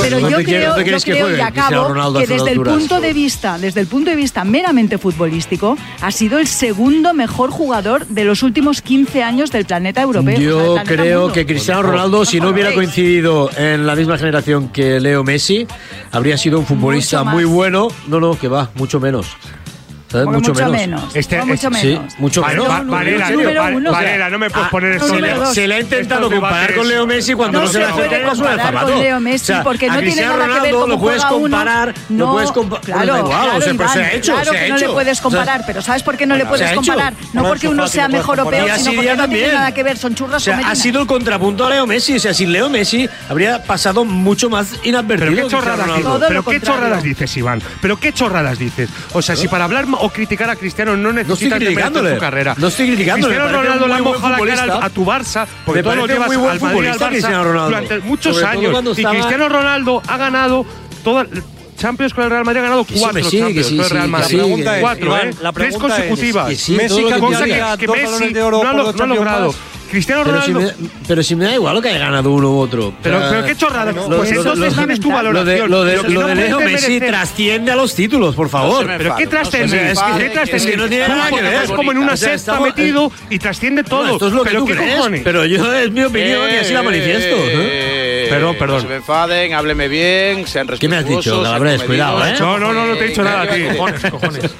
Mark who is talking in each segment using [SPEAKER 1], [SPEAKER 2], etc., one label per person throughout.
[SPEAKER 1] Pero
[SPEAKER 2] No
[SPEAKER 1] yo
[SPEAKER 2] te quiero-
[SPEAKER 1] creo,
[SPEAKER 2] no te
[SPEAKER 1] yo
[SPEAKER 2] quieres que
[SPEAKER 1] creo,
[SPEAKER 2] juegue
[SPEAKER 1] y
[SPEAKER 2] Cristiano
[SPEAKER 1] acabo,
[SPEAKER 2] Ronaldo
[SPEAKER 1] que
[SPEAKER 2] al final
[SPEAKER 1] desde el
[SPEAKER 2] duras.
[SPEAKER 1] punto de vista, desde el punto de vista meramente futbolístico, ha sido el segundo mejor jugador de los últimos 15 años del planeta europeo. o sea, del
[SPEAKER 2] Yo
[SPEAKER 1] planeta
[SPEAKER 2] creo
[SPEAKER 1] mundo.
[SPEAKER 2] que Cristiano Ronaldo, si no hubiera coincidido en la misma generación que Leo Messi, habría sido un futbolista
[SPEAKER 1] Mucho más.
[SPEAKER 2] muy bueno. No, no, que va, mucho menos. ¿Sabes?
[SPEAKER 1] Porque
[SPEAKER 2] Mucho,
[SPEAKER 1] mucho
[SPEAKER 2] menos.
[SPEAKER 1] menos.
[SPEAKER 3] Este-
[SPEAKER 1] Fue mucho
[SPEAKER 2] Sí,
[SPEAKER 1] menos.
[SPEAKER 2] mucho
[SPEAKER 3] Vale,
[SPEAKER 2] menos. Ah,
[SPEAKER 3] va-
[SPEAKER 1] Número
[SPEAKER 3] Varela,
[SPEAKER 1] uno,
[SPEAKER 3] tío,
[SPEAKER 1] número
[SPEAKER 3] Var-
[SPEAKER 1] uno.
[SPEAKER 3] Varela, no me puedes poner esto.
[SPEAKER 2] Se
[SPEAKER 1] número
[SPEAKER 2] le,
[SPEAKER 1] dos.
[SPEAKER 2] se le ha intentado
[SPEAKER 3] Estos
[SPEAKER 2] comparar
[SPEAKER 3] debates-
[SPEAKER 2] con Leo Messi cuando no,
[SPEAKER 1] No
[SPEAKER 2] se
[SPEAKER 1] se
[SPEAKER 2] la
[SPEAKER 1] puede
[SPEAKER 2] meten, es una
[SPEAKER 1] comparar
[SPEAKER 2] zapato.
[SPEAKER 1] con Leo Messi, porque no
[SPEAKER 2] a
[SPEAKER 1] tiene
[SPEAKER 2] Cristiano
[SPEAKER 1] nada que ver
[SPEAKER 2] Ronaldo
[SPEAKER 1] cómo
[SPEAKER 2] lo puedes
[SPEAKER 1] juega uno.
[SPEAKER 2] comparar,
[SPEAKER 1] No,
[SPEAKER 2] lo puedes comparar.
[SPEAKER 1] claro, claro, Iván,
[SPEAKER 2] pues se ha hecho,
[SPEAKER 1] claro
[SPEAKER 2] se ha
[SPEAKER 1] que no
[SPEAKER 2] hecho.
[SPEAKER 1] le puedes
[SPEAKER 2] O sea,
[SPEAKER 1] comparar, pero ¿sabes por qué no le
[SPEAKER 2] Bueno,
[SPEAKER 1] puedes
[SPEAKER 2] se ha hecho.
[SPEAKER 1] comparar? No
[SPEAKER 2] Bueno,
[SPEAKER 1] porque
[SPEAKER 2] eso
[SPEAKER 1] uno
[SPEAKER 2] fácil
[SPEAKER 1] sea
[SPEAKER 2] lo puedes
[SPEAKER 1] mejor o
[SPEAKER 2] comparar.
[SPEAKER 1] peor,
[SPEAKER 2] Y a
[SPEAKER 1] sino
[SPEAKER 2] Siria
[SPEAKER 1] porque no tiene
[SPEAKER 2] también.
[SPEAKER 1] nada que ver, son churras
[SPEAKER 2] O sea,
[SPEAKER 1] con
[SPEAKER 2] ha
[SPEAKER 1] merinas.
[SPEAKER 2] sido el contrapunto a Leo Messi. O sea, sin Leo Messi habría pasado mucho más inadvertido.
[SPEAKER 3] Pero qué
[SPEAKER 2] Cristiano
[SPEAKER 3] chorradas
[SPEAKER 2] Ronaldo.
[SPEAKER 3] dices,
[SPEAKER 1] Todo
[SPEAKER 3] pero
[SPEAKER 1] lo
[SPEAKER 3] qué
[SPEAKER 1] contrario.
[SPEAKER 3] chorradas dices, Iván. Pero qué chorradas dices. O sea, si para hablar o criticar a Cristiano no
[SPEAKER 2] estoy
[SPEAKER 3] necesitas de merecer
[SPEAKER 2] criticándole.
[SPEAKER 3] su carrera.
[SPEAKER 2] No estoy criticándole,
[SPEAKER 3] Cristiano
[SPEAKER 2] me parece
[SPEAKER 3] Ronaldo
[SPEAKER 2] un
[SPEAKER 3] le ha
[SPEAKER 2] muy buen
[SPEAKER 3] mojado la cara
[SPEAKER 2] futbolista.
[SPEAKER 3] a tu Barça porque
[SPEAKER 2] Me
[SPEAKER 3] tú lo
[SPEAKER 2] parece
[SPEAKER 3] llevas
[SPEAKER 2] muy buen
[SPEAKER 3] al Madrid al
[SPEAKER 2] futbolista
[SPEAKER 3] Barça
[SPEAKER 2] Cristiano Ronaldo.
[SPEAKER 3] durante muchos
[SPEAKER 2] Sobre todo cuando
[SPEAKER 3] años. Y
[SPEAKER 2] estaba-
[SPEAKER 3] Cristiano Ronaldo ha ganado toda Champions con el Real Madrid ha ganado
[SPEAKER 2] sí,
[SPEAKER 3] cuatro
[SPEAKER 2] me sigue,
[SPEAKER 3] Champions
[SPEAKER 2] que sí,
[SPEAKER 3] con el
[SPEAKER 2] sí,
[SPEAKER 3] Real
[SPEAKER 2] que
[SPEAKER 3] Madrid.
[SPEAKER 2] sí, La pregunta
[SPEAKER 4] que- es,
[SPEAKER 3] cuatro,
[SPEAKER 4] Iván,
[SPEAKER 3] ¿eh?
[SPEAKER 4] la
[SPEAKER 3] Tres
[SPEAKER 4] pregunta es,
[SPEAKER 3] consecutivas.
[SPEAKER 2] que sí, todo
[SPEAKER 3] Messi
[SPEAKER 2] lo que
[SPEAKER 3] cosa que,
[SPEAKER 4] tenía,
[SPEAKER 3] que
[SPEAKER 4] dos
[SPEAKER 3] Messi
[SPEAKER 4] balones de oro
[SPEAKER 3] no, ha
[SPEAKER 4] por
[SPEAKER 3] lo-
[SPEAKER 4] dos
[SPEAKER 3] no ha
[SPEAKER 4] Champions
[SPEAKER 3] logrado.
[SPEAKER 4] más.
[SPEAKER 3] Cristiano
[SPEAKER 2] Pero si,
[SPEAKER 3] Ronaldo.
[SPEAKER 2] me, pero si me da igual lo que haya ganado uno u otro.
[SPEAKER 3] Pero,
[SPEAKER 2] O sea,
[SPEAKER 3] pero qué chorrada.
[SPEAKER 2] lo-
[SPEAKER 3] pues
[SPEAKER 2] lo-
[SPEAKER 3] entonces
[SPEAKER 2] lo-
[SPEAKER 3] tienes tu
[SPEAKER 1] lo
[SPEAKER 2] Lo de,
[SPEAKER 1] de-
[SPEAKER 3] valoración.
[SPEAKER 2] lo de,
[SPEAKER 3] Lo que
[SPEAKER 2] lo
[SPEAKER 3] no
[SPEAKER 2] de Leo
[SPEAKER 3] puedes
[SPEAKER 2] Messi
[SPEAKER 3] merecer-
[SPEAKER 2] trasciende a los títulos, por favor.
[SPEAKER 3] Pero qué trascende,
[SPEAKER 2] O sea, es que-
[SPEAKER 3] ¿qué trascende?
[SPEAKER 2] es que no tiene
[SPEAKER 3] Tú
[SPEAKER 2] nada que
[SPEAKER 3] porque
[SPEAKER 2] ver.
[SPEAKER 3] Estás como en una
[SPEAKER 2] O sea,
[SPEAKER 3] cesta
[SPEAKER 2] estamos-
[SPEAKER 3] metido y trasciende todo.
[SPEAKER 2] No, esto es lo que
[SPEAKER 3] pero
[SPEAKER 2] tú
[SPEAKER 3] qué
[SPEAKER 2] crees,
[SPEAKER 3] cojones.
[SPEAKER 2] Pero yo es mi opinión y
[SPEAKER 5] Eh,
[SPEAKER 2] así la
[SPEAKER 5] eh,
[SPEAKER 2] manifiesto.
[SPEAKER 5] eh,
[SPEAKER 2] ¿eh?
[SPEAKER 5] eh,
[SPEAKER 3] Perdón,
[SPEAKER 5] eh,
[SPEAKER 3] perdón.
[SPEAKER 5] No se me enfaden, hábleme bien, sean respetuosos.
[SPEAKER 2] ¿Qué me has dicho,
[SPEAKER 5] sean
[SPEAKER 2] Calabres?
[SPEAKER 5] comedidos.
[SPEAKER 2] Cuidado, ¿eh?
[SPEAKER 3] no, no, no, no te he dicho nada a ti.
[SPEAKER 5] Eh,
[SPEAKER 3] Cojones, cojones.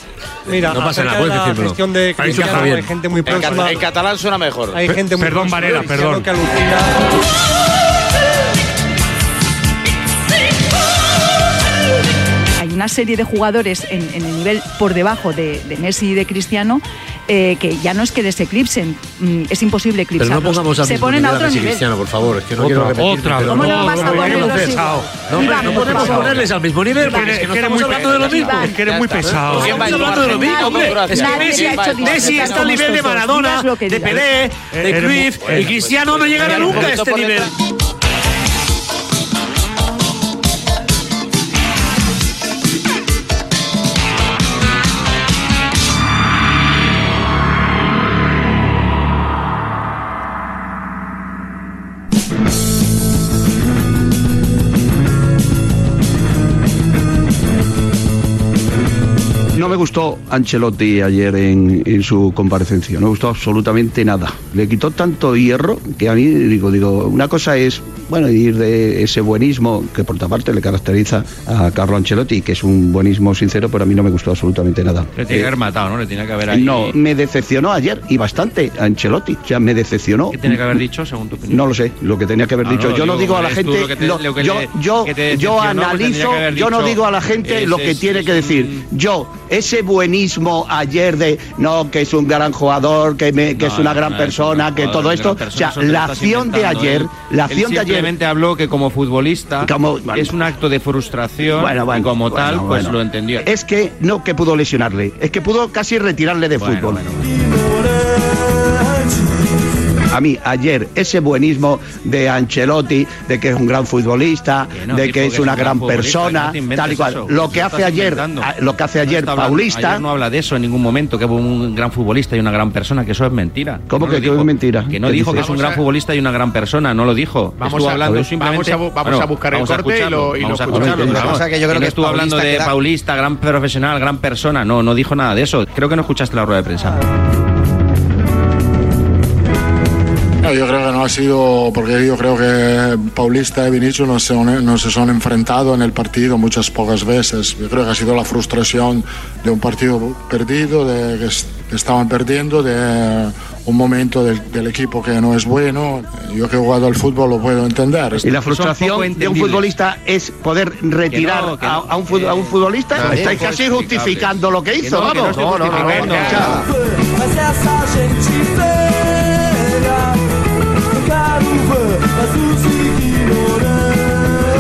[SPEAKER 4] Mira,
[SPEAKER 2] No pasa
[SPEAKER 4] acerca
[SPEAKER 2] nada,
[SPEAKER 4] de
[SPEAKER 2] puedes
[SPEAKER 4] la
[SPEAKER 2] decírmelo.
[SPEAKER 4] gestión de
[SPEAKER 2] Ahí
[SPEAKER 4] Cristiano,
[SPEAKER 2] encaja bien.
[SPEAKER 4] hay gente muy
[SPEAKER 5] En,
[SPEAKER 4] próxima.
[SPEAKER 5] cata- en catalán suena mejor.
[SPEAKER 4] Hay gente muy
[SPEAKER 3] Perdón,
[SPEAKER 4] próxima
[SPEAKER 3] Varela,
[SPEAKER 4] a Cristiano
[SPEAKER 3] perdón.
[SPEAKER 4] que alucina.
[SPEAKER 1] Hay una serie de jugadores en, en el nivel por debajo de, de Messi y de Cristiano eh, que ya no es que les eclipsen, mm, es imposible
[SPEAKER 2] Pero
[SPEAKER 1] eclipsarlos.
[SPEAKER 2] no pongamos al
[SPEAKER 1] Se
[SPEAKER 2] mismo
[SPEAKER 1] ponen
[SPEAKER 2] nivel
[SPEAKER 1] a
[SPEAKER 2] a
[SPEAKER 1] otro
[SPEAKER 2] Messi y
[SPEAKER 1] nivel.
[SPEAKER 2] Cristiano, por favor. Es que no
[SPEAKER 3] Otra,
[SPEAKER 2] quiero repetirme,
[SPEAKER 3] otra,
[SPEAKER 2] pero
[SPEAKER 1] ¿Cómo
[SPEAKER 2] no,
[SPEAKER 1] no,
[SPEAKER 2] no,
[SPEAKER 1] vas a
[SPEAKER 2] no,
[SPEAKER 1] ponerlos
[SPEAKER 2] no, no,
[SPEAKER 1] igual?
[SPEAKER 2] pesado. No,
[SPEAKER 1] Iván,
[SPEAKER 2] hombre, no
[SPEAKER 1] por
[SPEAKER 2] podemos
[SPEAKER 1] favor.
[SPEAKER 2] ponerles al mismo nivel porque
[SPEAKER 3] Iván,
[SPEAKER 2] es que no
[SPEAKER 3] que eres
[SPEAKER 2] estamos
[SPEAKER 3] muy
[SPEAKER 2] hablando de lo mismo.
[SPEAKER 1] pesado.
[SPEAKER 3] que eres muy pesado.
[SPEAKER 2] Estamos hablando de lo mismo, hombre. Es que
[SPEAKER 1] Nadie
[SPEAKER 2] Messi,
[SPEAKER 1] le ha hecho
[SPEAKER 2] Messi está
[SPEAKER 1] disfrutar
[SPEAKER 2] al
[SPEAKER 1] como
[SPEAKER 2] nivel de
[SPEAKER 1] estos dos.
[SPEAKER 2] Maradona,
[SPEAKER 1] Digas lo que
[SPEAKER 2] de
[SPEAKER 1] digas.
[SPEAKER 2] Pelé, de
[SPEAKER 3] Eh,
[SPEAKER 2] Cruyff.
[SPEAKER 3] eh,
[SPEAKER 2] Y Cristiano no llegará nunca a este nivel.
[SPEAKER 6] No me gustó Ancelotti ayer en, en su comparecencia, no me gustó absolutamente nada. Le quitó tanto hierro que a mí digo, digo, una cosa es, bueno, ir de ese buenismo que por otra parte le caracteriza a Carlo Ancelotti, que es un buenismo sincero, pero a mí no me gustó absolutamente nada. Eh,
[SPEAKER 7] matado, ¿no? Le tiene que haber
[SPEAKER 6] no, me decepcionó ayer y bastante Ancelotti, o sea, me decepcionó.
[SPEAKER 7] dicho, según tu opinión?
[SPEAKER 6] No lo sé, lo que tenía que haber
[SPEAKER 7] Ah, No,
[SPEAKER 6] dicho.
[SPEAKER 7] no lo
[SPEAKER 6] yo no
[SPEAKER 7] digo,
[SPEAKER 6] digo a la
[SPEAKER 7] eres tú
[SPEAKER 6] gente,
[SPEAKER 7] lo que te-
[SPEAKER 6] lo-
[SPEAKER 7] lo que
[SPEAKER 6] yo,
[SPEAKER 7] le-
[SPEAKER 6] yo,
[SPEAKER 7] que te
[SPEAKER 6] yo
[SPEAKER 7] decepcionó, pues tendría
[SPEAKER 6] analizo,
[SPEAKER 7] que haber
[SPEAKER 6] yo no
[SPEAKER 7] dicho,
[SPEAKER 6] digo a la gente lo
[SPEAKER 7] ese
[SPEAKER 6] que
[SPEAKER 7] es-
[SPEAKER 6] tiene que
[SPEAKER 7] es
[SPEAKER 6] decir. Yo, ese buenismo ayer de no, que es un gran jugador, que, me- que
[SPEAKER 7] No,
[SPEAKER 6] es una
[SPEAKER 7] no,
[SPEAKER 6] gran
[SPEAKER 7] no, es un
[SPEAKER 6] persona,
[SPEAKER 7] gran
[SPEAKER 6] que
[SPEAKER 7] jugador,
[SPEAKER 6] todo
[SPEAKER 7] una
[SPEAKER 6] esto,
[SPEAKER 7] Ah, gran
[SPEAKER 6] o
[SPEAKER 7] persona,
[SPEAKER 6] sea,
[SPEAKER 7] eso te lo
[SPEAKER 6] la
[SPEAKER 7] estás
[SPEAKER 6] acción de
[SPEAKER 7] inventando,
[SPEAKER 6] ayer,
[SPEAKER 7] él-
[SPEAKER 6] la
[SPEAKER 7] él
[SPEAKER 6] acción de ayer,
[SPEAKER 7] Simplemente habló que como futbolista
[SPEAKER 6] Como- vale.
[SPEAKER 7] es un acto de frustración
[SPEAKER 6] Bueno, bueno,
[SPEAKER 7] y como
[SPEAKER 6] bueno,
[SPEAKER 7] tal, pues
[SPEAKER 6] bueno.
[SPEAKER 7] lo entendió.
[SPEAKER 6] es que no que pudo lesionarle, es que pudo casi retirarle de
[SPEAKER 7] Bueno,
[SPEAKER 6] fútbol.
[SPEAKER 7] bueno,
[SPEAKER 6] A mí ayer ese buenismo de Ancelotti, de que es un gran futbolista,
[SPEAKER 7] Que no,
[SPEAKER 6] de
[SPEAKER 7] tipo,
[SPEAKER 6] que es una
[SPEAKER 7] un
[SPEAKER 6] gran
[SPEAKER 7] futbolista,
[SPEAKER 6] persona,
[SPEAKER 7] no te inventes
[SPEAKER 6] tal y cual.
[SPEAKER 7] eso,
[SPEAKER 6] lo
[SPEAKER 7] eso
[SPEAKER 6] que hace
[SPEAKER 7] estás
[SPEAKER 6] ayer,
[SPEAKER 7] inventando.
[SPEAKER 6] a- lo que hace
[SPEAKER 7] No
[SPEAKER 6] ayer
[SPEAKER 7] está hablando-
[SPEAKER 6] Paulista,
[SPEAKER 7] ayer no habla de eso en ningún momento, que fue un gran futbolista y una gran persona, que eso es mentira.
[SPEAKER 6] ¿Cómo
[SPEAKER 7] No
[SPEAKER 6] que
[SPEAKER 7] lo
[SPEAKER 6] que
[SPEAKER 7] dijo.
[SPEAKER 6] es mentira?
[SPEAKER 7] Que no
[SPEAKER 6] ¿Qué
[SPEAKER 7] dijo que
[SPEAKER 6] dices?
[SPEAKER 7] es un
[SPEAKER 5] Vamos
[SPEAKER 7] gran
[SPEAKER 5] a-
[SPEAKER 7] futbolista y una gran persona, no lo dijo.
[SPEAKER 5] Vamos
[SPEAKER 7] estuvo
[SPEAKER 5] a-
[SPEAKER 7] hablando
[SPEAKER 5] vamos a-
[SPEAKER 7] simplemente.
[SPEAKER 5] vamos a buscar el
[SPEAKER 7] vamos a
[SPEAKER 5] corte y
[SPEAKER 7] escucharlo,
[SPEAKER 5] lo- y lo
[SPEAKER 7] vamos a
[SPEAKER 5] escuchamos.
[SPEAKER 7] escucharlo,
[SPEAKER 6] Lo que
[SPEAKER 7] por favor.
[SPEAKER 4] pasa que yo creo
[SPEAKER 7] no
[SPEAKER 4] que
[SPEAKER 7] estuvo hablando
[SPEAKER 4] Paulista
[SPEAKER 7] de
[SPEAKER 4] queda-
[SPEAKER 7] Paulista, gran profesional, gran persona. No, no dijo nada de eso. Creo que no escuchaste la rueda de prensa.
[SPEAKER 8] No, yo creo que no
[SPEAKER 5] no ha sido, porque yo creo que Paulista y Vinicius no se, han- no se son enfrentado en el partido muchas pocas veces. Yo creo que ha sido la frustración de un partido perdido, de que es- que estaban perdiendo, de un momento del, del equipo que no es bueno. Yo que he jugado al fútbol lo puedo entender.
[SPEAKER 9] Y la frustración de un futbolista es poder retirar
[SPEAKER 5] no, que
[SPEAKER 9] a,
[SPEAKER 5] no,
[SPEAKER 9] a un fut- a un futbolista.
[SPEAKER 5] Claro,
[SPEAKER 9] Estáis
[SPEAKER 5] que no
[SPEAKER 9] casi
[SPEAKER 5] es justificable.
[SPEAKER 9] justificando lo que
[SPEAKER 5] Que
[SPEAKER 9] hizo,
[SPEAKER 5] no, que no
[SPEAKER 9] vamos.
[SPEAKER 5] estoy justificando.
[SPEAKER 9] o sea,
[SPEAKER 10] Mas essa gente feia Quero ver mas os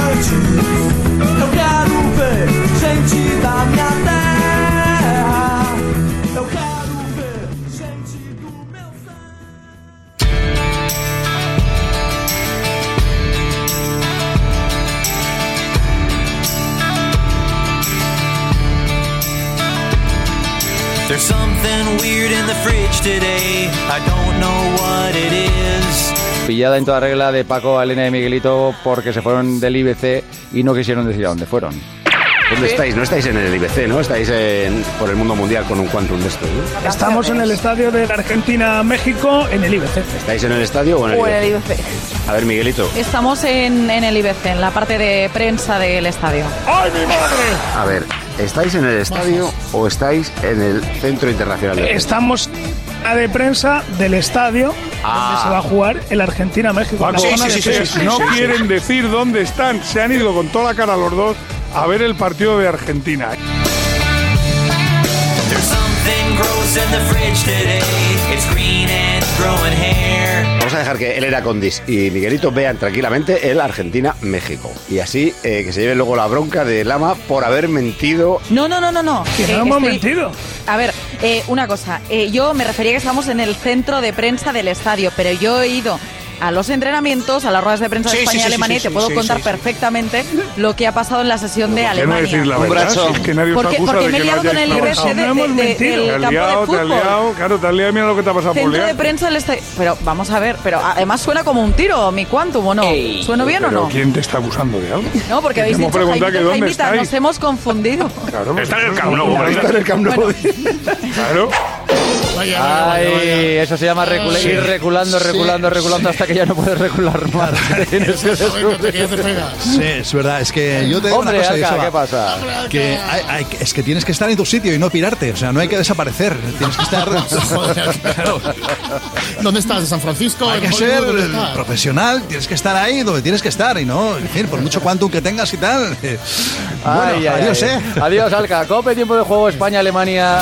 [SPEAKER 10] ignorantes Eu quero ver gente da minha terra Eu quero ver gente do meu
[SPEAKER 2] There's something weird in the fridge today. I don't know what it is.
[SPEAKER 11] Pillada en toda regla de Paco, Elena y Miguelito porque se fueron del IBC y no quisieron decir a dónde fueron.
[SPEAKER 6] ¿Dónde estáis? No estáis en el IBC, ¿no? Estáis en- por el mundo mundial con un quantum de esto, ¿no?
[SPEAKER 12] Estamos en el estadio de la Argentina-México en el IBC.
[SPEAKER 6] ¿Estáis en el estadio o en el
[SPEAKER 1] O en el
[SPEAKER 6] IBC?
[SPEAKER 1] IBC.
[SPEAKER 6] A ver, Miguelito.
[SPEAKER 1] Estamos en, en el IBC, en la parte de prensa del estadio.
[SPEAKER 12] ¡Ay, mi madre!
[SPEAKER 6] A ver, ¿estáis en el estadio o estáis en el Centro Internacional de
[SPEAKER 12] Estamos en la de prensa del estadio
[SPEAKER 5] Ah.
[SPEAKER 12] donde se va a jugar el Argentina-México.
[SPEAKER 3] Paco,
[SPEAKER 12] La zona de prensa.
[SPEAKER 3] no quieren decir dónde están. Se han ido con toda la cara los dos a ver el partido de Argentina.
[SPEAKER 2] There's something gross in the fridge today. It's green and growing hair.
[SPEAKER 6] Vamos a dejar que él era Condis y Miguelito vean tranquilamente el Argentina-México. Y así eh, que se lleve luego la bronca de Lama por haber mentido.
[SPEAKER 1] No, no, no, no, no. Eh,
[SPEAKER 6] Que no hemos mentido.
[SPEAKER 1] A ver, eh, una cosa. eh, yo me refería que estamos en el centro de prensa del estadio, pero yo he ido a los entrenamientos, a las ruedas de prensa
[SPEAKER 13] Sí, sí,
[SPEAKER 1] de España y
[SPEAKER 13] sí, sí,
[SPEAKER 1] Alemania y
[SPEAKER 13] sí,
[SPEAKER 1] te puedo
[SPEAKER 13] sí,
[SPEAKER 1] contar
[SPEAKER 13] sí, sí.
[SPEAKER 1] perfectamente lo que ha pasado en la sesión de
[SPEAKER 3] ¿Por qué no
[SPEAKER 1] Alemania.
[SPEAKER 3] decir la
[SPEAKER 1] Un
[SPEAKER 3] verdad?
[SPEAKER 1] brazo.
[SPEAKER 3] Si es que nadie os
[SPEAKER 1] porque,
[SPEAKER 3] acusa
[SPEAKER 1] porque
[SPEAKER 3] de
[SPEAKER 1] me he
[SPEAKER 3] que lo
[SPEAKER 1] liado con el IBC
[SPEAKER 3] hayáis
[SPEAKER 1] de-
[SPEAKER 3] trabajado.
[SPEAKER 1] de- de- del
[SPEAKER 3] Te has
[SPEAKER 1] campo
[SPEAKER 3] liado,
[SPEAKER 1] de
[SPEAKER 3] te has
[SPEAKER 1] fútbol.
[SPEAKER 3] liado. Claro, te has liado. Mira lo que te ha pasado por
[SPEAKER 1] Centro
[SPEAKER 3] liar.
[SPEAKER 1] de prensa del estadio. Pero vamos a ver, pero además suena como un tiro, mi quantum, ¿o no? ¿Suena bien o
[SPEAKER 3] Pero
[SPEAKER 1] no?
[SPEAKER 3] ¿Quién te está acusando de algo?
[SPEAKER 1] No, porque habéis
[SPEAKER 3] Hemos
[SPEAKER 1] dicho
[SPEAKER 3] preguntado que
[SPEAKER 1] Jaimito,
[SPEAKER 3] dónde
[SPEAKER 1] Jaimita,
[SPEAKER 3] estáis.
[SPEAKER 1] nos hemos confundido.
[SPEAKER 3] Claro, está en el Camp
[SPEAKER 11] Nou, ¿verdad?
[SPEAKER 3] Está en el Camp Nou. Claro.
[SPEAKER 11] Ay, eso se llama recula-
[SPEAKER 14] Sí.
[SPEAKER 11] ir reculando,
[SPEAKER 14] Sí,
[SPEAKER 11] reculando, reculando hasta que ya no puedes recular más. Tienes que descubrir.
[SPEAKER 14] Sí, es verdad, es que yo te digo
[SPEAKER 11] Hombre,
[SPEAKER 14] una cosa,
[SPEAKER 11] Alca,
[SPEAKER 14] Joseba,
[SPEAKER 11] ¿qué pasa?
[SPEAKER 14] Que hay- hay- es que tienes que estar en tu sitio y no pirarte, o sea, no hay que desaparecer, tienes que estar...
[SPEAKER 15] Joder,
[SPEAKER 14] Claro.
[SPEAKER 15] ¿Dónde estás? ¿En San Francisco?
[SPEAKER 14] Hay
[SPEAKER 15] ¿En
[SPEAKER 14] que ser
[SPEAKER 15] Hollywood? ¿Dónde estás?
[SPEAKER 14] profesional, tienes que estar ahí donde tienes que estar y no, en fin, por mucho quantum que tengas y tal. eh, Bueno,
[SPEAKER 11] Ay, ay,
[SPEAKER 14] adiós,
[SPEAKER 11] ay.
[SPEAKER 14] ¿eh?
[SPEAKER 11] Adiós, Alca. Cope, tiempo de juego, España-Alemania.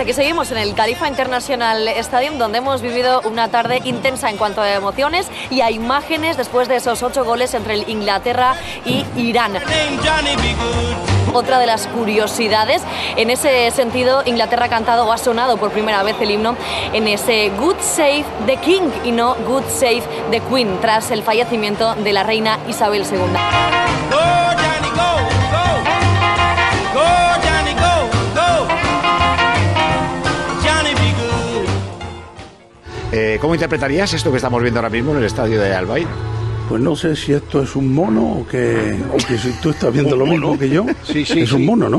[SPEAKER 16] Aquí seguimos en el Califa International Stadium, donde hemos vivido una tarde intensa en cuanto a emociones y a imágenes después de esos ocho goles entre el Inglaterra y Irán. Otra de las curiosidades, en ese sentido, Inglaterra ha cantado o ha sonado por primera vez el himno en ese Good Save the King y no Good Save the Queen, tras el fallecimiento de la reina Isabel II.
[SPEAKER 2] Go, Johnny, go, go. Johnny, be good.
[SPEAKER 6] Eh, ¿Cómo interpretarías esto que estamos viendo ahora mismo en el estadio de Albaid?
[SPEAKER 17] Pues no sé si esto es un mono o que, o que si tú estás viendo lo mismo que yo.
[SPEAKER 18] Sí, sí,
[SPEAKER 17] Es un
[SPEAKER 18] sí.
[SPEAKER 17] mono, ¿no?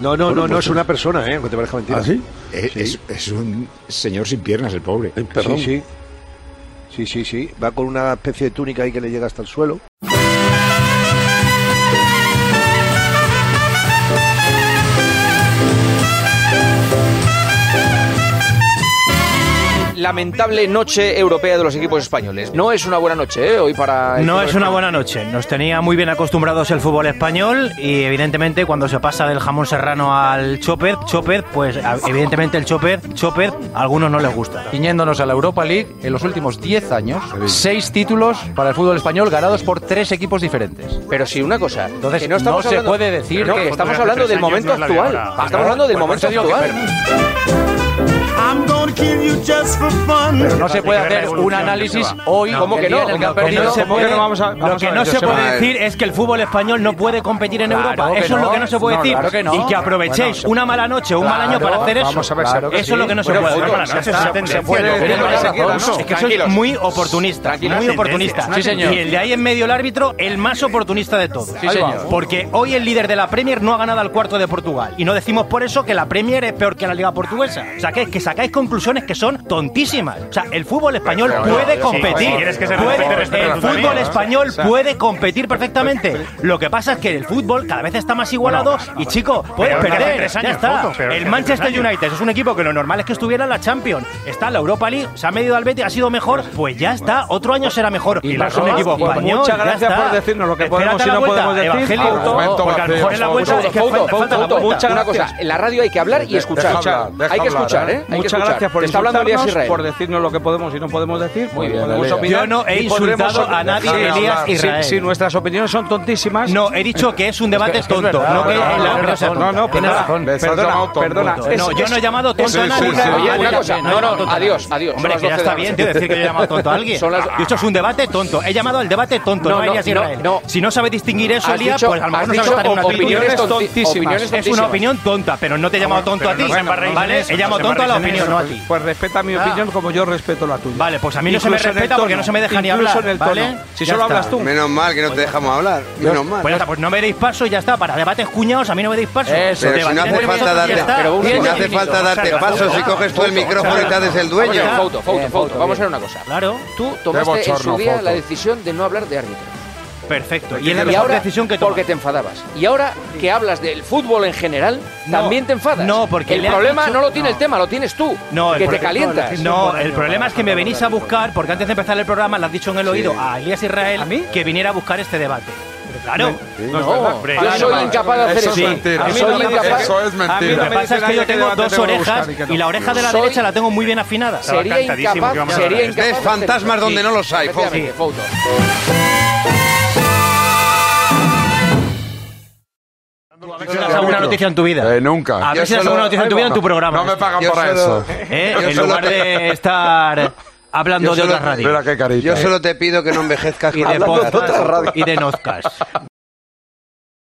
[SPEAKER 18] No, no,
[SPEAKER 17] Bueno,
[SPEAKER 18] no, no
[SPEAKER 17] pues-
[SPEAKER 18] es una persona, ¿eh? Aunque te parezca mentira.
[SPEAKER 17] ¿Ah, sí?
[SPEAKER 6] Eh, Es, es un señor sin piernas, el pobre.
[SPEAKER 18] Eh,
[SPEAKER 5] Eh,
[SPEAKER 18] Sí, sí. Sí, sí, sí. Va con una especie de túnica ahí que le llega hasta el suelo.
[SPEAKER 11] Lamentable noche europea de los equipos españoles. No es una buena noche, ¿eh? Hoy para...
[SPEAKER 19] No es una buena noche. Nos tenía muy bien acostumbrados el fútbol español y evidentemente cuando se pasa del jamón serrano al chopper, chopper, pues a- evidentemente el chopper, chopper, a algunos no les gusta.
[SPEAKER 11] Ciñéndonos a la Europa League, en los últimos 10 años, 6 títulos para el fútbol español ganados por 3 equipos diferentes. Pero si una cosa, entonces
[SPEAKER 19] no estamos
[SPEAKER 11] se
[SPEAKER 19] hablando-
[SPEAKER 11] puede decir
[SPEAKER 19] Pero no,
[SPEAKER 11] que
[SPEAKER 19] pues
[SPEAKER 11] estamos
[SPEAKER 19] hace
[SPEAKER 11] hablando
[SPEAKER 19] tres
[SPEAKER 11] del
[SPEAKER 19] años
[SPEAKER 11] momento
[SPEAKER 19] no es la de
[SPEAKER 11] actual.
[SPEAKER 19] ahora.
[SPEAKER 11] Estamos hablando del momento actual.
[SPEAKER 2] I'm gonna kill you
[SPEAKER 20] just for fun.
[SPEAKER 21] Pero no se puede hacer un análisis hoy
[SPEAKER 2] como
[SPEAKER 21] el día en el que han perdido.
[SPEAKER 2] se
[SPEAKER 21] ¿Cómo que
[SPEAKER 2] puede,
[SPEAKER 21] no vamos a-
[SPEAKER 2] lo
[SPEAKER 21] vamos
[SPEAKER 2] que
[SPEAKER 21] a
[SPEAKER 2] no
[SPEAKER 21] ver,
[SPEAKER 2] se
[SPEAKER 21] Joseba?
[SPEAKER 2] puede decir es que el fútbol español no puede competir en
[SPEAKER 21] Claro
[SPEAKER 2] Europa.
[SPEAKER 21] que
[SPEAKER 2] Eso es
[SPEAKER 21] no.
[SPEAKER 2] lo que no se puede
[SPEAKER 21] No,
[SPEAKER 2] decir.
[SPEAKER 21] claro que no.
[SPEAKER 2] Y que aprovechéis
[SPEAKER 21] Bueno, se-
[SPEAKER 2] una mala noche o un mal año
[SPEAKER 21] Claro,
[SPEAKER 2] para hacer eso.
[SPEAKER 21] vamos a ver, claro que
[SPEAKER 2] eso es lo que no
[SPEAKER 21] sí.
[SPEAKER 2] se
[SPEAKER 21] Pero
[SPEAKER 2] puede hacer.
[SPEAKER 21] fútbol,
[SPEAKER 2] Mala
[SPEAKER 21] ya
[SPEAKER 2] noche,
[SPEAKER 21] está,
[SPEAKER 2] se puede
[SPEAKER 21] se
[SPEAKER 2] decir.
[SPEAKER 21] puede decir
[SPEAKER 2] Pero
[SPEAKER 21] lo que se
[SPEAKER 2] no,
[SPEAKER 21] quiera,
[SPEAKER 2] no,
[SPEAKER 21] ¿no?
[SPEAKER 2] Es que eso es
[SPEAKER 21] Tranquilos.
[SPEAKER 2] muy oportunista.
[SPEAKER 21] Tranquilos.
[SPEAKER 2] Muy oportunista.
[SPEAKER 21] Sí, señor.
[SPEAKER 2] Y el de ahí en medio el árbitro, el más oportunista de todos.
[SPEAKER 21] Sí, señor.
[SPEAKER 2] Porque hoy el líder de la Premier no ha ganado al cuarto de Portugal. Y no decimos por eso que la Premier es peor que la Liga Portuguesa. O sea, que, que sacáis conclusiones que son tontísimas. O sea, el fútbol español
[SPEAKER 21] Pero, pero,
[SPEAKER 2] puede
[SPEAKER 21] sí,
[SPEAKER 2] competir.
[SPEAKER 21] sí, quieres que se
[SPEAKER 2] Puede-
[SPEAKER 21] respete, respete
[SPEAKER 2] el
[SPEAKER 21] la
[SPEAKER 2] fútbol
[SPEAKER 21] autonomía, ¿no?
[SPEAKER 2] español
[SPEAKER 21] O sea,
[SPEAKER 2] puede competir perfectamente. Lo que pasa es que el fútbol cada vez está más igualado y, chico, puedes
[SPEAKER 3] Pero es que hace
[SPEAKER 2] perder.
[SPEAKER 3] tres
[SPEAKER 2] ya
[SPEAKER 3] años,
[SPEAKER 2] está.
[SPEAKER 3] Joto, pero es
[SPEAKER 2] el
[SPEAKER 3] que hace
[SPEAKER 2] Manchester
[SPEAKER 3] tres años.
[SPEAKER 2] United es un equipo que lo normal es que estuviera en la Champions. Está en la Europa League, se ha medido al Betis, ha sido mejor. Pues ya está, otro año será mejor.
[SPEAKER 3] Y
[SPEAKER 2] Pero
[SPEAKER 3] la
[SPEAKER 2] es un
[SPEAKER 3] Roma,
[SPEAKER 2] equipo
[SPEAKER 3] y por
[SPEAKER 2] español.
[SPEAKER 3] muchas
[SPEAKER 2] ya
[SPEAKER 3] gracias
[SPEAKER 2] está.
[SPEAKER 3] por decirnos lo que
[SPEAKER 2] Espérate
[SPEAKER 3] podemos
[SPEAKER 2] a
[SPEAKER 3] y
[SPEAKER 2] la
[SPEAKER 3] no
[SPEAKER 2] vuelta,
[SPEAKER 3] podemos decir.
[SPEAKER 2] Evangelio,
[SPEAKER 3] Ah, momento,
[SPEAKER 2] porque a lo mejor en la
[SPEAKER 3] Fauto,
[SPEAKER 2] vuelta es que
[SPEAKER 3] Fauto,
[SPEAKER 2] falta- falta la
[SPEAKER 3] Fauto,
[SPEAKER 2] vuelta.
[SPEAKER 3] Muchas
[SPEAKER 2] Una
[SPEAKER 3] gracias.
[SPEAKER 2] cosa,
[SPEAKER 22] En la radio hay que hablar y escuchar. hay que escuchar, ¿eh? Hay que
[SPEAKER 3] Muchas
[SPEAKER 22] escuchar.
[SPEAKER 3] gracias por
[SPEAKER 22] Te está hablando Elías
[SPEAKER 3] insultarnos,
[SPEAKER 22] Israel.
[SPEAKER 3] por decirnos lo que podemos y no podemos decir.
[SPEAKER 22] Muy bien,
[SPEAKER 3] podemos
[SPEAKER 22] Elías.
[SPEAKER 3] opinar
[SPEAKER 2] Yo no he
[SPEAKER 3] y podremos
[SPEAKER 2] insultado
[SPEAKER 3] opinar.
[SPEAKER 2] a nadie,
[SPEAKER 3] Déjame
[SPEAKER 2] Elías
[SPEAKER 3] hablar. Si-
[SPEAKER 2] Israel.
[SPEAKER 3] Si nuestras opiniones son tontísimas...
[SPEAKER 2] No, he dicho que es un debate
[SPEAKER 3] Es que- es
[SPEAKER 2] tonto,
[SPEAKER 3] verdad,
[SPEAKER 2] no que
[SPEAKER 3] verdad,
[SPEAKER 2] el árbitro
[SPEAKER 3] verdad.
[SPEAKER 2] sea tonto.
[SPEAKER 3] No, no,
[SPEAKER 2] Tienes
[SPEAKER 3] perdona,
[SPEAKER 2] razón.
[SPEAKER 3] perdona,
[SPEAKER 2] Les has llamado tonto.
[SPEAKER 3] perdona. Es-
[SPEAKER 2] No, yo
[SPEAKER 3] es-
[SPEAKER 2] no he llamado tonto
[SPEAKER 3] Sí,
[SPEAKER 2] a nadie.
[SPEAKER 3] sí, sí.
[SPEAKER 2] Ah,
[SPEAKER 3] Oye,
[SPEAKER 2] pues
[SPEAKER 3] una
[SPEAKER 2] ya
[SPEAKER 3] cosa,
[SPEAKER 2] bien,
[SPEAKER 3] no,
[SPEAKER 2] he llamado
[SPEAKER 3] no,
[SPEAKER 2] tonto a nadie.
[SPEAKER 3] adiós, adiós.
[SPEAKER 2] Hombre,
[SPEAKER 3] Son
[SPEAKER 2] que ya
[SPEAKER 3] las
[SPEAKER 2] está
[SPEAKER 3] 12 de la
[SPEAKER 2] bien, tío,
[SPEAKER 3] noche.
[SPEAKER 2] decir que yo he llamado tonto a alguien.
[SPEAKER 3] Son las-
[SPEAKER 2] Yo, Esto es un debate tonto. He llamado al debate tonto,
[SPEAKER 3] No,
[SPEAKER 2] no, a
[SPEAKER 3] no,
[SPEAKER 2] Elías
[SPEAKER 3] no,
[SPEAKER 2] Israel.
[SPEAKER 3] no.
[SPEAKER 2] Si no sabes distinguir eso,
[SPEAKER 3] Has
[SPEAKER 2] Elías,
[SPEAKER 3] dicho-
[SPEAKER 2] pues a lo
[SPEAKER 3] has
[SPEAKER 2] mejor no sabes
[SPEAKER 3] dicho
[SPEAKER 2] estar en una
[SPEAKER 3] opiniones
[SPEAKER 2] Twitter.
[SPEAKER 3] tonti- opiniones
[SPEAKER 2] Es una
[SPEAKER 3] tontísimas.
[SPEAKER 2] opinión tonta, pero no te he llamado tonto a ti.
[SPEAKER 3] Pero no se embarréis en
[SPEAKER 2] ¿Vale?
[SPEAKER 3] eso,
[SPEAKER 2] He llamado
[SPEAKER 3] no se
[SPEAKER 2] tonto a la
[SPEAKER 3] embarréis en
[SPEAKER 2] opinión, no a
[SPEAKER 3] eso.
[SPEAKER 2] ti.
[SPEAKER 3] Pues respeta mi
[SPEAKER 2] Ah.
[SPEAKER 3] opinión como yo respeto la tuya.
[SPEAKER 2] Vale, pues a mí no se me
[SPEAKER 3] Incluso en el
[SPEAKER 2] respeta porque
[SPEAKER 3] tono.
[SPEAKER 2] no se me deja ni
[SPEAKER 3] Incluso
[SPEAKER 2] hablar,
[SPEAKER 3] en el tono.
[SPEAKER 2] ¿vale?
[SPEAKER 3] Si
[SPEAKER 2] Ya
[SPEAKER 3] solo
[SPEAKER 2] está.
[SPEAKER 3] hablas tú.
[SPEAKER 5] Menos mal que no te dejamos hablar. Menos mal.
[SPEAKER 2] Pues, ya está, pues no me deis paso y ya está. Para debates cuñados, a mí no me deis paso.
[SPEAKER 5] Pero si no hace falta darte, pero si no hace falta darte pasos, si coges tú el micrófono y te haces el dueño.
[SPEAKER 22] Fauto, Fauto, Fauto. Vamos a ver una cosa.
[SPEAKER 2] Eh, Claro.
[SPEAKER 22] Tú tomaste en su
[SPEAKER 5] bochorno,
[SPEAKER 22] día
[SPEAKER 5] Fauto.
[SPEAKER 22] la decisión de no hablar de árbitro.
[SPEAKER 2] Perfecto.
[SPEAKER 22] Pues
[SPEAKER 2] Y es la mejor decisión que
[SPEAKER 22] Porque te enfadabas. Y ahora que hablas del fútbol en general, también te enfadas.
[SPEAKER 2] no, porque
[SPEAKER 22] el
[SPEAKER 2] le han
[SPEAKER 22] problema
[SPEAKER 2] dicho-
[SPEAKER 22] no lo tiene el tema, lo tienes tú.
[SPEAKER 2] No, el
[SPEAKER 22] que te
[SPEAKER 2] problema-
[SPEAKER 22] calientas.
[SPEAKER 2] No, el problema es que me venís a buscar, porque antes de empezar el programa le has dicho en el oído
[SPEAKER 22] Sí.
[SPEAKER 2] a Elías Israel que viniera a buscar este debate. Pero claro.
[SPEAKER 22] Sí. No, yo soy incapaz de hacer eso.
[SPEAKER 2] Sí.
[SPEAKER 22] Eso es mentira.
[SPEAKER 2] A mí
[SPEAKER 22] Eso
[SPEAKER 2] no
[SPEAKER 22] es
[SPEAKER 2] me
[SPEAKER 22] mentira.
[SPEAKER 2] dice-
[SPEAKER 22] Eso es mentira.
[SPEAKER 2] a mí Lo
[SPEAKER 22] A mí
[SPEAKER 2] que
[SPEAKER 22] no me
[SPEAKER 2] pasa es
[SPEAKER 22] dice
[SPEAKER 2] que yo
[SPEAKER 22] nadie que
[SPEAKER 2] tengo
[SPEAKER 22] debate
[SPEAKER 2] dos
[SPEAKER 22] tengo que
[SPEAKER 2] orejas
[SPEAKER 22] buscar y que no.
[SPEAKER 2] y la oreja de la
[SPEAKER 22] Soy-
[SPEAKER 2] derecha la tengo muy bien afinada.
[SPEAKER 22] Sería incapaz, sería incapaz.
[SPEAKER 5] Ves, fantasmas donde no los hay, Fauto.
[SPEAKER 22] Efectivamente, Fauto.
[SPEAKER 2] ¿Tienes alguna noticia en tu vida?
[SPEAKER 5] Eh,
[SPEAKER 23] nunca.
[SPEAKER 2] A ver si das alguna noticia en tu vida en tu programa.
[SPEAKER 23] No me pagan
[SPEAKER 5] Yo
[SPEAKER 23] por
[SPEAKER 5] solo-
[SPEAKER 23] eso.
[SPEAKER 2] ¿Eh?
[SPEAKER 5] Yo
[SPEAKER 2] En
[SPEAKER 5] solo
[SPEAKER 2] lugar
[SPEAKER 5] te-
[SPEAKER 2] de estar hablando
[SPEAKER 5] Yo
[SPEAKER 2] de
[SPEAKER 5] solo-
[SPEAKER 2] otras radios.
[SPEAKER 23] Mira qué carita.
[SPEAKER 5] Yo solo te pido que no envejezcas
[SPEAKER 2] Y de
[SPEAKER 5] hablando de
[SPEAKER 2] podcast
[SPEAKER 5] otras radios.
[SPEAKER 2] y de nozcas.